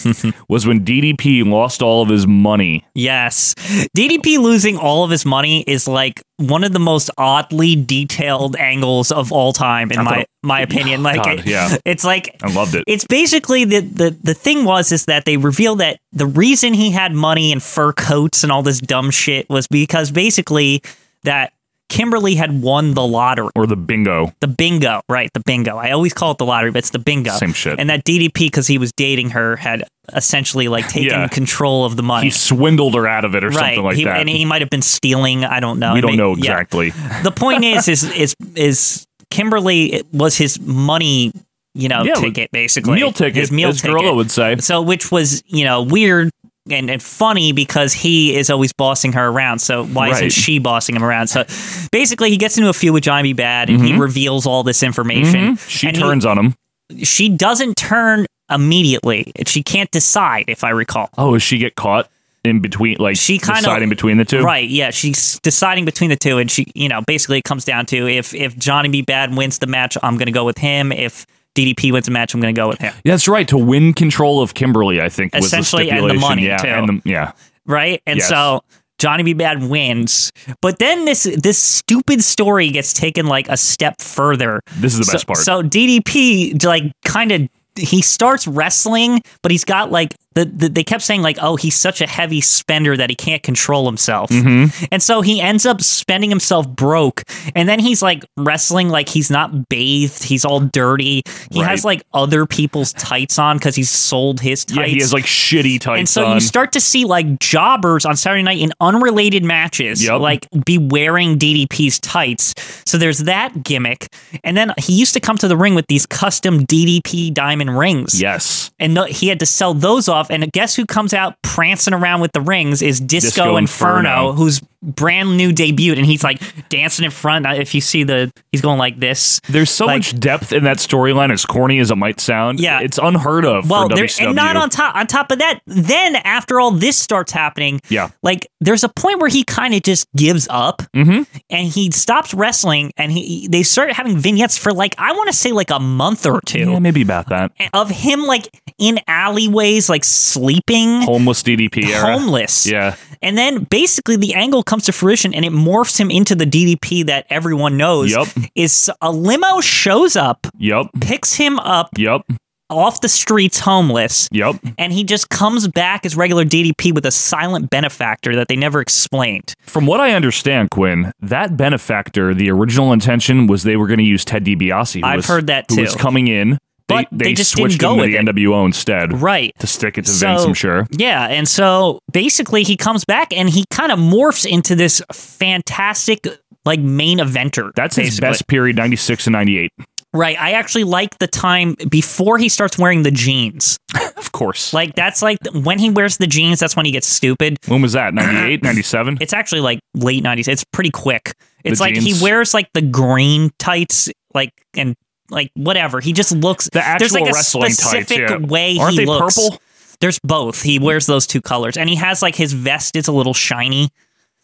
[SPEAKER 2] was when DDP lost all of his money.
[SPEAKER 3] yes. DDP losing all of his money is like one of the most oddly detailed angles of all time in
[SPEAKER 2] I
[SPEAKER 3] my
[SPEAKER 2] thought-
[SPEAKER 3] my opinion. Like
[SPEAKER 2] God,
[SPEAKER 3] it-
[SPEAKER 2] yeah.
[SPEAKER 3] it's like
[SPEAKER 2] I loved it.
[SPEAKER 3] it's basically the, the the thing was is that they revealed that the reason he had money and fur coats and all this dumb shit was because basically that Kimberly had won the lottery.
[SPEAKER 2] Or the bingo.
[SPEAKER 3] The bingo, right? The bingo. I always call it the lottery, but it's the bingo.
[SPEAKER 2] Same shit.
[SPEAKER 3] And that DDP, because he was dating her, had essentially like taken
[SPEAKER 2] Yeah.
[SPEAKER 3] control of the money.
[SPEAKER 2] He swindled her out of it or
[SPEAKER 3] right.
[SPEAKER 2] something like
[SPEAKER 3] he,
[SPEAKER 2] that.
[SPEAKER 3] And he might have been stealing. I don't know.
[SPEAKER 2] we
[SPEAKER 3] It
[SPEAKER 2] don't
[SPEAKER 3] may-
[SPEAKER 2] know
[SPEAKER 3] yeah.
[SPEAKER 2] exactly.
[SPEAKER 3] The point is, is is is Kimberly was his money, you know,
[SPEAKER 2] Yeah,
[SPEAKER 3] ticket basically.
[SPEAKER 2] meal ticket,
[SPEAKER 3] His meal
[SPEAKER 2] as
[SPEAKER 3] ticket.
[SPEAKER 2] Gorilla would say.
[SPEAKER 3] So, which was, you know, weird and, and funny because he is always bossing her around. So, why isn't
[SPEAKER 2] Right.
[SPEAKER 3] she bossing him around? So, basically, he gets into a feud with Johnny B. Bad and he reveals all this information.
[SPEAKER 2] Mm-hmm. She
[SPEAKER 3] And he-
[SPEAKER 2] turns on him.
[SPEAKER 3] she doesn't turn immediately. She can't decide, if I recall.
[SPEAKER 2] Oh, does she get caught in between? Like
[SPEAKER 3] She kinda-
[SPEAKER 2] deciding between the two.
[SPEAKER 3] Right, yeah, she's deciding between the two, and she, you know, basically it comes down to if if Johnny B. Bad wins the match, I'm gonna go with him. If DDP wins the match, I'm gonna go with him.
[SPEAKER 2] That's right. To win control of Kimberly, I think was
[SPEAKER 3] Essentially,
[SPEAKER 2] the
[SPEAKER 3] and the
[SPEAKER 2] stipulation.
[SPEAKER 3] money,
[SPEAKER 2] yeah,
[SPEAKER 3] too.
[SPEAKER 2] and the- yeah.
[SPEAKER 3] right? And
[SPEAKER 2] Yes.
[SPEAKER 3] so Johnny B. Bad wins. But then this this stupid story gets taken like a step further.
[SPEAKER 2] This is the
[SPEAKER 3] so,
[SPEAKER 2] best part.
[SPEAKER 3] So DDP like kind of he starts wrestling, but he's got like the, the they kept saying like oh he's such a heavy spender that he can't control himself,
[SPEAKER 2] Mm-hmm.
[SPEAKER 3] and so he ends up spending himself broke, and then he's like wrestling like he's not bathed, he's all dirty, he
[SPEAKER 2] Right.
[SPEAKER 3] has like other people's tights on because he's sold his tights.
[SPEAKER 2] yeah, he has like shitty tights
[SPEAKER 3] And so
[SPEAKER 2] on.
[SPEAKER 3] you start to see like jobbers on Saturday night in unrelated matches,
[SPEAKER 2] Yep.
[SPEAKER 3] like be wearing DDP's tights. So there's that gimmick. And then he used to come to the ring with these custom DDP diamond rings.
[SPEAKER 2] yes.
[SPEAKER 3] And th- he had to sell those off. And guess who comes out prancing around with the rings is Disco,
[SPEAKER 2] Disco
[SPEAKER 3] Inferno,
[SPEAKER 2] Inferno.
[SPEAKER 3] who's brand new debuted. And he's like dancing in front. Uh, If you see the, he's going like this.
[SPEAKER 2] There's so
[SPEAKER 3] Like-
[SPEAKER 2] much depth in that storyline, as corny as it might sound.
[SPEAKER 3] Yeah.
[SPEAKER 2] It's unheard of
[SPEAKER 3] Well,
[SPEAKER 2] for E.
[SPEAKER 3] there
[SPEAKER 2] WCW.
[SPEAKER 3] and not on top. On top of that, then after all this starts happening,
[SPEAKER 2] Yeah.
[SPEAKER 3] like there's a point where he kind of just gives up
[SPEAKER 2] Mhm.
[SPEAKER 3] and he stops wrestling, and he they start having vignettes for like I want to say like a month or
[SPEAKER 2] yeah,
[SPEAKER 3] two
[SPEAKER 2] maybe about that.
[SPEAKER 3] of him like in alleyways, like sleeping,
[SPEAKER 2] Homeless DDP era.
[SPEAKER 3] homeless,
[SPEAKER 2] Yeah.
[SPEAKER 3] and then basically the angle comes to fruition and it morphs him into the DDP that everyone knows.
[SPEAKER 2] Yup.
[SPEAKER 3] Is a limo shows up,
[SPEAKER 2] Yup.
[SPEAKER 3] picks him up
[SPEAKER 2] Yup.
[SPEAKER 3] off the streets homeless,
[SPEAKER 2] Yup.
[SPEAKER 3] and he just comes back as regular DDP with a silent benefactor that they never explained.
[SPEAKER 2] From what I understand, Quinn, that benefactor, the original intention was they were going to use Ted DiBiase. who
[SPEAKER 3] I've
[SPEAKER 2] was-
[SPEAKER 3] heard that
[SPEAKER 2] Who
[SPEAKER 3] too.
[SPEAKER 2] was coming in.
[SPEAKER 3] But they just didn't
[SPEAKER 2] switched
[SPEAKER 3] go
[SPEAKER 2] him
[SPEAKER 3] with
[SPEAKER 2] to the
[SPEAKER 3] it.
[SPEAKER 2] NWO instead.
[SPEAKER 3] Right.
[SPEAKER 2] To stick it to Vince, I'm sure.
[SPEAKER 3] Yeah, and so basically he comes back and he kind of morphs into this fantastic like main eventer.
[SPEAKER 2] That's his
[SPEAKER 3] basically.
[SPEAKER 2] best period, 96 and 98.
[SPEAKER 3] Right. I actually like the time before he starts wearing the jeans.
[SPEAKER 2] Of course.
[SPEAKER 3] Like that's like when he wears the jeans, that's when he gets stupid.
[SPEAKER 2] when was that? 98, 97?
[SPEAKER 3] It's actually like late nineties. It's pretty quick. It's like
[SPEAKER 2] jeans.
[SPEAKER 3] he wears like the green tights, like and like whatever. He just looks.
[SPEAKER 2] The actual
[SPEAKER 3] there's like a
[SPEAKER 2] wrestling tights,
[SPEAKER 3] specific
[SPEAKER 2] yeah.
[SPEAKER 3] way
[SPEAKER 2] Aren't
[SPEAKER 3] he
[SPEAKER 2] they
[SPEAKER 3] looks.
[SPEAKER 2] purple?
[SPEAKER 3] There's both. He wears those two colors, and he has like his vest is a little shiny,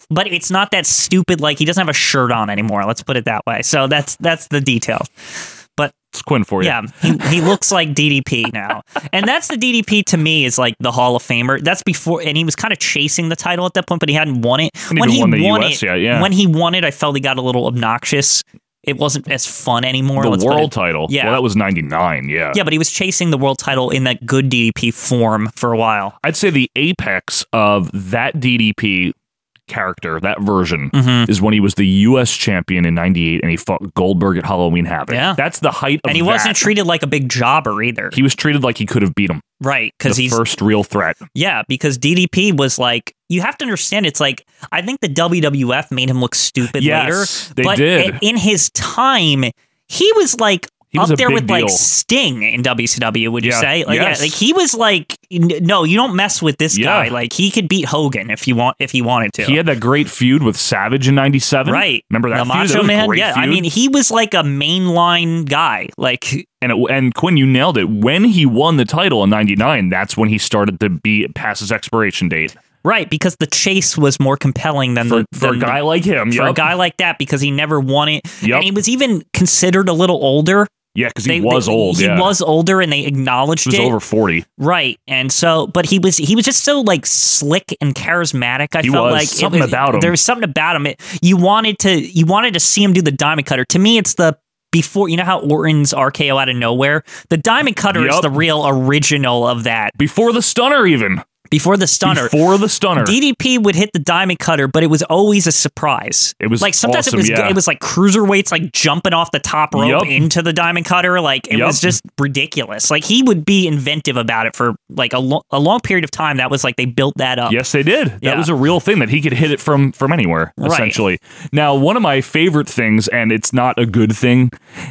[SPEAKER 3] but it's not that stupid. Like he doesn't have a shirt on anymore. Let's put it that way. So that's that's the detail. But
[SPEAKER 2] It's Quinn for you.
[SPEAKER 3] yeah, he, he looks like DDP now, and that's the DDP to me is like the Hall of Famer. That's before, and he was kind of chasing the title at that point, but he hadn't won it.
[SPEAKER 2] Hadn't even won the US
[SPEAKER 3] it,
[SPEAKER 2] yet, yeah.
[SPEAKER 3] when he won it, I felt he got a little obnoxious. It wasn't as fun anymore.
[SPEAKER 2] The
[SPEAKER 3] let's put
[SPEAKER 2] world
[SPEAKER 3] it-
[SPEAKER 2] title.
[SPEAKER 3] Yeah.
[SPEAKER 2] Well, that was 99. Yeah.
[SPEAKER 3] yeah, but he was chasing the world title in that good DDP form for a while.
[SPEAKER 2] I'd say the apex of that DDP character, that version,
[SPEAKER 3] Mm. Mm-hmm.
[SPEAKER 2] is when he was the U.S. champion in '98 and he fought Goldberg at Halloween Havoc.
[SPEAKER 3] Yeah.
[SPEAKER 2] that's the height. Of
[SPEAKER 3] And he
[SPEAKER 2] that.
[SPEAKER 3] wasn't treated like a big jobber either,
[SPEAKER 2] He was treated like he could have beat him.
[SPEAKER 3] right?
[SPEAKER 2] The
[SPEAKER 3] Because he's
[SPEAKER 2] first real threat.
[SPEAKER 3] Yeah, because DDP was like, you have to understand, it's like, I think the WWF made him look stupid
[SPEAKER 2] Yes,
[SPEAKER 3] later.
[SPEAKER 2] they
[SPEAKER 3] but
[SPEAKER 2] did.
[SPEAKER 3] i- In his time, he was like
[SPEAKER 2] He
[SPEAKER 3] up
[SPEAKER 2] was a
[SPEAKER 3] there
[SPEAKER 2] big
[SPEAKER 3] with like
[SPEAKER 2] deal.
[SPEAKER 3] Sting in WCW, would
[SPEAKER 2] Yeah,
[SPEAKER 3] you say? Like,
[SPEAKER 2] yes.
[SPEAKER 3] Yeah, like he was like, n- no, you don't mess with this
[SPEAKER 2] Yeah.
[SPEAKER 3] guy. Like he could beat Hogan if you want, if he wanted to.
[SPEAKER 2] He had that great feud with Savage in '97.
[SPEAKER 3] Right,
[SPEAKER 2] Remember that
[SPEAKER 3] the
[SPEAKER 2] feud? That
[SPEAKER 3] Macho
[SPEAKER 2] was a
[SPEAKER 3] Man?
[SPEAKER 2] great
[SPEAKER 3] Yeah, I
[SPEAKER 2] feud.
[SPEAKER 3] mean, he was like a mainline guy. Like
[SPEAKER 2] and it, and Quinn, you nailed it. When he won the title in '99, that's when he started to be past his expiration date
[SPEAKER 3] Right, because the chase was more compelling than
[SPEAKER 2] for,
[SPEAKER 3] the
[SPEAKER 2] for a
[SPEAKER 3] than the-
[SPEAKER 2] guy like him.
[SPEAKER 3] for a
[SPEAKER 2] yup.
[SPEAKER 3] guy like that because he never won it.
[SPEAKER 2] Yep.
[SPEAKER 3] And he was even considered a little older.
[SPEAKER 2] yeah, because he
[SPEAKER 3] They-
[SPEAKER 2] was
[SPEAKER 3] they-
[SPEAKER 2] old.
[SPEAKER 3] He
[SPEAKER 2] yeah.
[SPEAKER 3] was older, and they acknowledged
[SPEAKER 2] He was
[SPEAKER 3] it.
[SPEAKER 2] over 40.
[SPEAKER 3] Right, and so, but he was he was just so like slick and charismatic. I
[SPEAKER 2] He
[SPEAKER 3] felt
[SPEAKER 2] was.
[SPEAKER 3] like it
[SPEAKER 2] Something
[SPEAKER 3] was-
[SPEAKER 2] about him.
[SPEAKER 3] There was something about him. It, you wanted to you wanted to see him do the diamond cutter. To me, it's the before you know how Orton's RKO out of nowhere. The diamond cutter is
[SPEAKER 2] Yup.
[SPEAKER 3] the real original of that.
[SPEAKER 2] Before the stunner, even.
[SPEAKER 3] Before the stunner,
[SPEAKER 2] Before the stunner.
[SPEAKER 3] DDP would hit the diamond cutter, but it was always a surprise.
[SPEAKER 2] It was
[SPEAKER 3] like sometimes
[SPEAKER 2] awesome,
[SPEAKER 3] it was
[SPEAKER 2] yeah.
[SPEAKER 3] it was like cruiserweights like jumping off the top rope
[SPEAKER 2] Yup.
[SPEAKER 3] into the diamond cutter. Like it
[SPEAKER 2] Yup.
[SPEAKER 3] was just ridiculous. Like he would be inventive about it for like a, lo- a long period of time. That was like they built that up.
[SPEAKER 2] Yes, they did. That
[SPEAKER 3] Yeah.
[SPEAKER 2] was a real thing that he could hit it from from anywhere,
[SPEAKER 3] Right.
[SPEAKER 2] essentially. Now, one of my favorite things, and it's not a good thing,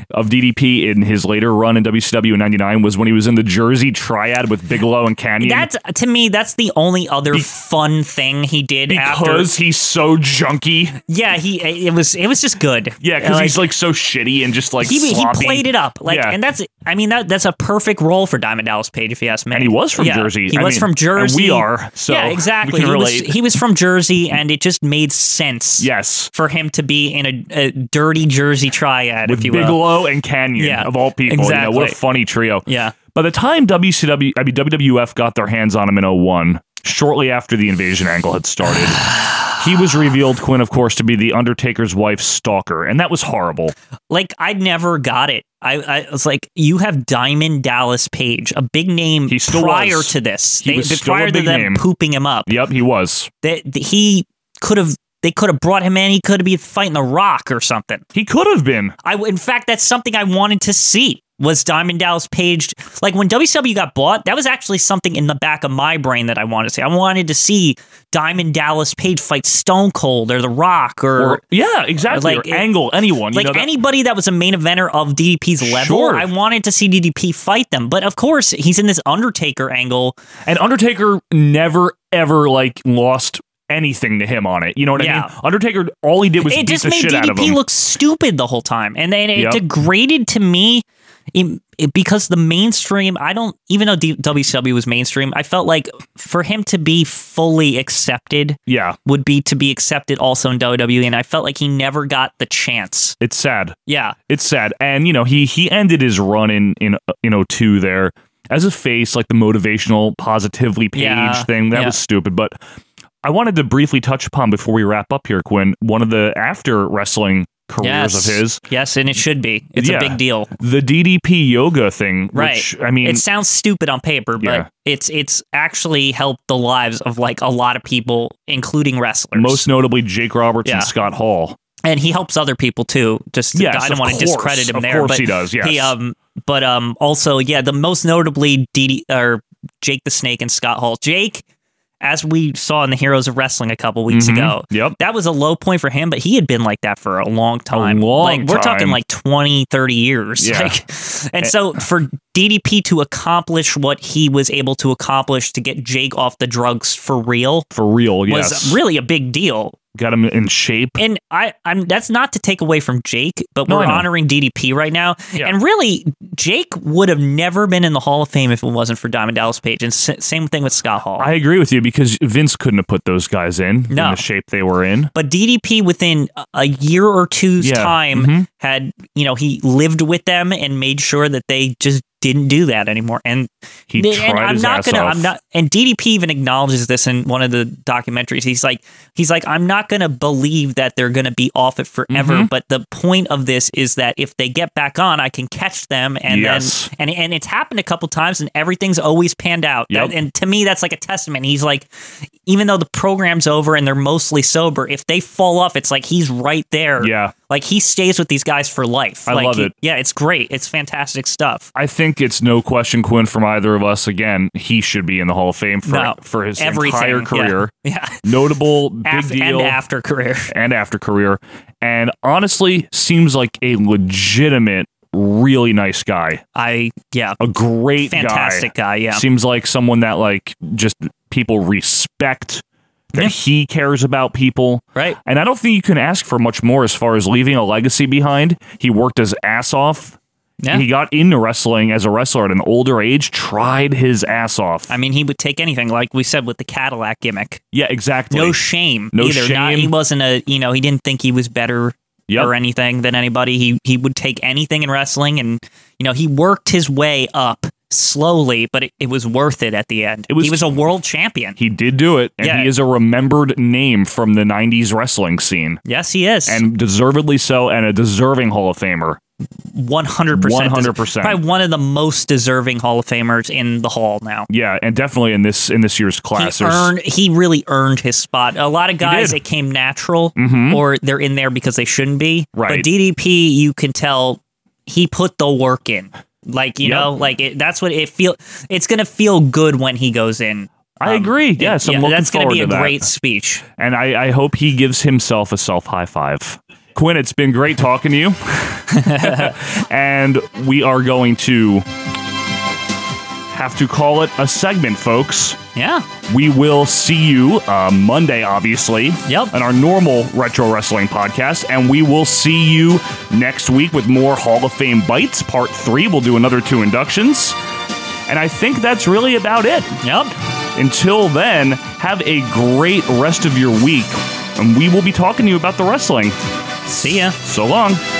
[SPEAKER 2] of DDP in his later run in WCW in '99 was when he was in the Jersey Triad with Bigelow and Canyon.
[SPEAKER 3] That's to me. That's the only other fun thing he did after.
[SPEAKER 2] because he's so junky.
[SPEAKER 3] Yeah, he it was it was just good.
[SPEAKER 2] Yeah, because he's like so shitty and just like
[SPEAKER 3] he he
[SPEAKER 2] sloppy.
[SPEAKER 3] played it up like,
[SPEAKER 2] Yeah.
[SPEAKER 3] and that's I mean that that's a perfect role for Diamond Dallas Page if you ask me.
[SPEAKER 2] And he was from
[SPEAKER 3] Yeah,
[SPEAKER 2] Jersey.
[SPEAKER 3] He
[SPEAKER 2] I
[SPEAKER 3] was
[SPEAKER 2] mean,
[SPEAKER 3] from
[SPEAKER 2] and
[SPEAKER 3] Jersey.
[SPEAKER 2] we are, so
[SPEAKER 3] yeah,
[SPEAKER 2] we
[SPEAKER 3] exactly.
[SPEAKER 2] can
[SPEAKER 3] he was
[SPEAKER 2] relate.
[SPEAKER 3] he was from Jersey, and it just made sense.
[SPEAKER 2] Yes,
[SPEAKER 3] for him to be in a, a dirty Jersey triad,
[SPEAKER 2] with
[SPEAKER 3] if you will.
[SPEAKER 2] Bigelow and Canyon
[SPEAKER 3] Yeah,
[SPEAKER 2] of all people. You know, what a
[SPEAKER 3] exactly.
[SPEAKER 2] funny trio.
[SPEAKER 3] Yeah.
[SPEAKER 2] By the time WCW, oh I mean WWF, got their hands on him in 01, shortly after the invasion angle had started, He was revealed, Quinn, of course, to be the Undertaker's wife's stalker, and that was horrible.
[SPEAKER 3] Like I never got it. I, I was like, you have Diamond Dallas Page, a big name
[SPEAKER 2] He still
[SPEAKER 3] prior
[SPEAKER 2] was.
[SPEAKER 3] to this.
[SPEAKER 2] He was still a
[SPEAKER 3] prior
[SPEAKER 2] big
[SPEAKER 3] to them
[SPEAKER 2] name.
[SPEAKER 3] pooping him up.
[SPEAKER 2] Yep, he was.
[SPEAKER 3] That that he could have. They could have brought him in. He could have been fighting The Rock or something.
[SPEAKER 2] He could have been.
[SPEAKER 3] I w- in fact, that's something I wanted to see was Diamond Dallas Page. Like when WCW got bought, that was actually something in the back of my brain that I wanted to see. I wanted to see Diamond Dallas Page fight Stone Cold or The Rock or.
[SPEAKER 2] Or, yeah, exactly.
[SPEAKER 3] like,
[SPEAKER 2] or
[SPEAKER 3] it-
[SPEAKER 2] Angle, anyone.
[SPEAKER 3] like
[SPEAKER 2] you know, that-
[SPEAKER 3] anybody that was a main eventer of DDP's level,
[SPEAKER 2] Sure.
[SPEAKER 3] I wanted to see DDP fight them. But of course, he's in this Undertaker angle.
[SPEAKER 2] And Undertaker never ever like lost anything to him on it. You know what I
[SPEAKER 3] Yeah.
[SPEAKER 2] mean? Undertaker, all he did was
[SPEAKER 3] it
[SPEAKER 2] beat
[SPEAKER 3] just
[SPEAKER 2] the
[SPEAKER 3] made
[SPEAKER 2] shit out of
[SPEAKER 3] DDP
[SPEAKER 2] him.
[SPEAKER 3] look stupid the whole time, and then it
[SPEAKER 2] Yep.
[SPEAKER 3] degraded to me in, it- because the mainstream. I don't even though D- WCW was mainstream. I felt like for him to be fully accepted
[SPEAKER 2] yeah,
[SPEAKER 3] would be to be accepted also in WWE, and I felt like he never got the chance.
[SPEAKER 2] it's sad.
[SPEAKER 3] Yeah,
[SPEAKER 2] It's sad. And you know, he he ended his run in in in 02 there as a face like the motivational positively page
[SPEAKER 3] Yeah,
[SPEAKER 2] thing. That
[SPEAKER 3] yeah.
[SPEAKER 2] was stupid, but I wanted to briefly touch upon before we wrap up here, Quinn, one of the after wrestling careers
[SPEAKER 3] yes,
[SPEAKER 2] of his,
[SPEAKER 3] yes, and it should be. It's
[SPEAKER 2] Yeah.
[SPEAKER 3] a big deal.
[SPEAKER 2] the DDP yoga thing,
[SPEAKER 3] Right.
[SPEAKER 2] which I mean,
[SPEAKER 3] it sounds stupid on paper, but
[SPEAKER 2] Yeah.
[SPEAKER 3] it's it's actually helped the lives of like a lot of people, including wrestlers.
[SPEAKER 2] most notably Jake Roberts
[SPEAKER 3] Yeah.
[SPEAKER 2] and Scott Hall.
[SPEAKER 3] and he helps other people too. Just
[SPEAKER 2] Yes,
[SPEAKER 3] I don't
[SPEAKER 2] of
[SPEAKER 3] want to
[SPEAKER 2] course.
[SPEAKER 3] discredit him
[SPEAKER 2] Of
[SPEAKER 3] there,
[SPEAKER 2] course
[SPEAKER 3] but
[SPEAKER 2] he does, yes.
[SPEAKER 3] he, um, but um, also yeah, the most notably DD or Jake the Snake and Scott Hall. Jake, as we saw in the Heroes of Wrestling a couple weeks
[SPEAKER 2] Mhm.
[SPEAKER 3] ago,
[SPEAKER 2] Yep.
[SPEAKER 3] that was a low point for him, but he had been like that for a long time.
[SPEAKER 2] long
[SPEAKER 3] like we're talking
[SPEAKER 2] time.
[SPEAKER 3] like 20, 30 years.
[SPEAKER 2] Yeah. Eh.
[SPEAKER 3] Like, and so for DDP to accomplish what he was able to accomplish to get Jake off the drugs for real
[SPEAKER 2] for real.
[SPEAKER 3] was
[SPEAKER 2] Yes,
[SPEAKER 3] really a big deal
[SPEAKER 2] got him in shape.
[SPEAKER 3] and I, I'm that's not to take away from Jake, but
[SPEAKER 2] No,
[SPEAKER 3] we're
[SPEAKER 2] I know.
[SPEAKER 3] honoring DDP right now.
[SPEAKER 2] Yeah.
[SPEAKER 3] And really, Jake would have never been in the Hall of Fame if it wasn't for Diamond Dallas Page. And s- same thing with Scott Hall.
[SPEAKER 2] I agree with you because Vince couldn't have put those guys in
[SPEAKER 3] No.
[SPEAKER 2] in the shape they were in.
[SPEAKER 3] but DDP, within a- a year or two's
[SPEAKER 2] Yeah.
[SPEAKER 3] time,
[SPEAKER 2] Mhm.
[SPEAKER 3] had you know he lived with them and made sure that they just didn't do that anymore. And
[SPEAKER 2] He
[SPEAKER 3] and
[SPEAKER 2] tried
[SPEAKER 3] I'm
[SPEAKER 2] his
[SPEAKER 3] not
[SPEAKER 2] ass
[SPEAKER 3] gonna,
[SPEAKER 2] off.
[SPEAKER 3] I'm not, and DDP even acknowledges this in one of the documentaries. He's like, he's like, I'm not gonna believe that they're gonna be off it forever.
[SPEAKER 2] Mm-hmm.
[SPEAKER 3] But the point of this is that if they get back on, I can catch them, and
[SPEAKER 2] Yes.
[SPEAKER 3] then, and and it's happened a couple times, and everything's always panned out.
[SPEAKER 2] Yep.
[SPEAKER 3] That- and to me, that's like a testament. He's like, even though the program's over and they're mostly sober, if they fall off, it's like he's right there.
[SPEAKER 2] Yeah.
[SPEAKER 3] Like he stays with these guys for life.
[SPEAKER 2] I
[SPEAKER 3] like,
[SPEAKER 2] love
[SPEAKER 3] he-
[SPEAKER 2] it.
[SPEAKER 3] Yeah, it's great. It's fantastic stuff.
[SPEAKER 2] I think it's no question, Quinn, from either of us. Again, he should be in the Hall of Fame for
[SPEAKER 3] No.
[SPEAKER 2] for his
[SPEAKER 3] Everything.
[SPEAKER 2] entire
[SPEAKER 3] Yeah.
[SPEAKER 2] career.
[SPEAKER 3] Yeah.
[SPEAKER 2] Notable, big
[SPEAKER 3] Af-
[SPEAKER 2] deal,
[SPEAKER 3] and after career.
[SPEAKER 2] and after career, and honestly, seems like a legitimate, really nice guy.
[SPEAKER 3] I yeah,
[SPEAKER 2] A great, guy.
[SPEAKER 3] fantastic guy. yeah.
[SPEAKER 2] seems like someone that like just people respect that
[SPEAKER 3] Yeah.
[SPEAKER 2] he cares about people
[SPEAKER 3] Right.
[SPEAKER 2] and i don't think you can ask for much more as far as leaving a legacy behind he worked his ass off
[SPEAKER 3] Yeah.
[SPEAKER 2] he got into wrestling as a wrestler at an older age tried his ass off
[SPEAKER 3] I mean, he would take anything, like we said with the Cadillac gimmick.
[SPEAKER 2] yeah exactly
[SPEAKER 3] No shame
[SPEAKER 2] No
[SPEAKER 3] either. Not,
[SPEAKER 2] shame.
[SPEAKER 3] he wasn't a you know he didn't think he was better
[SPEAKER 2] Yep.
[SPEAKER 3] or anything than anybody. He he would take anything in wrestling, and you know he worked his way up slowly, but it, it was worth it at the end.
[SPEAKER 2] was-
[SPEAKER 3] he was a world champion.
[SPEAKER 2] he did do it and
[SPEAKER 3] Yeah.
[SPEAKER 2] he is a remembered name from the 90s wrestling scene
[SPEAKER 3] yes, he is,
[SPEAKER 2] and deservedly so and a deserving hall of famer
[SPEAKER 3] one hundred percent,
[SPEAKER 2] 100%.
[SPEAKER 3] probably one of the most deserving Hall of Famers in the Hall now.
[SPEAKER 2] yeah and definitely in this in this year's class
[SPEAKER 3] he
[SPEAKER 2] there's-
[SPEAKER 3] earned he really earned his spot. A lot of guys
[SPEAKER 2] did. Mm-hmm.
[SPEAKER 3] it came natural or they're in there because they shouldn't be.
[SPEAKER 2] Right.
[SPEAKER 3] But DDP you can tell he put the work in. Like, you
[SPEAKER 2] Yep.
[SPEAKER 3] know, like it, that's what it feel it's going to feel good when he goes in.
[SPEAKER 2] i
[SPEAKER 3] Um,
[SPEAKER 2] agree
[SPEAKER 3] it-
[SPEAKER 2] yes i'm
[SPEAKER 3] yeah,
[SPEAKER 2] looking
[SPEAKER 3] that's gonna
[SPEAKER 2] forward
[SPEAKER 3] be a
[SPEAKER 2] to that.
[SPEAKER 3] great speech.
[SPEAKER 2] and I, I hope he gives himself a self high five. Quinn, it's been great talking to you. and we are going to have to call it a segment, folks.
[SPEAKER 3] Yeah.
[SPEAKER 2] We will see you uh, Monday, obviously,
[SPEAKER 3] Yep.
[SPEAKER 2] on our normal Retro Wrestling podcast. And we will see you next week with more Hall of Fame Bites. Part three, we'll do another two inductions. And I think that's really about it.
[SPEAKER 3] Yep.
[SPEAKER 2] Until then, have a great rest of your week, and we will be talking to you about the wrestling.
[SPEAKER 3] See ya.
[SPEAKER 2] So long.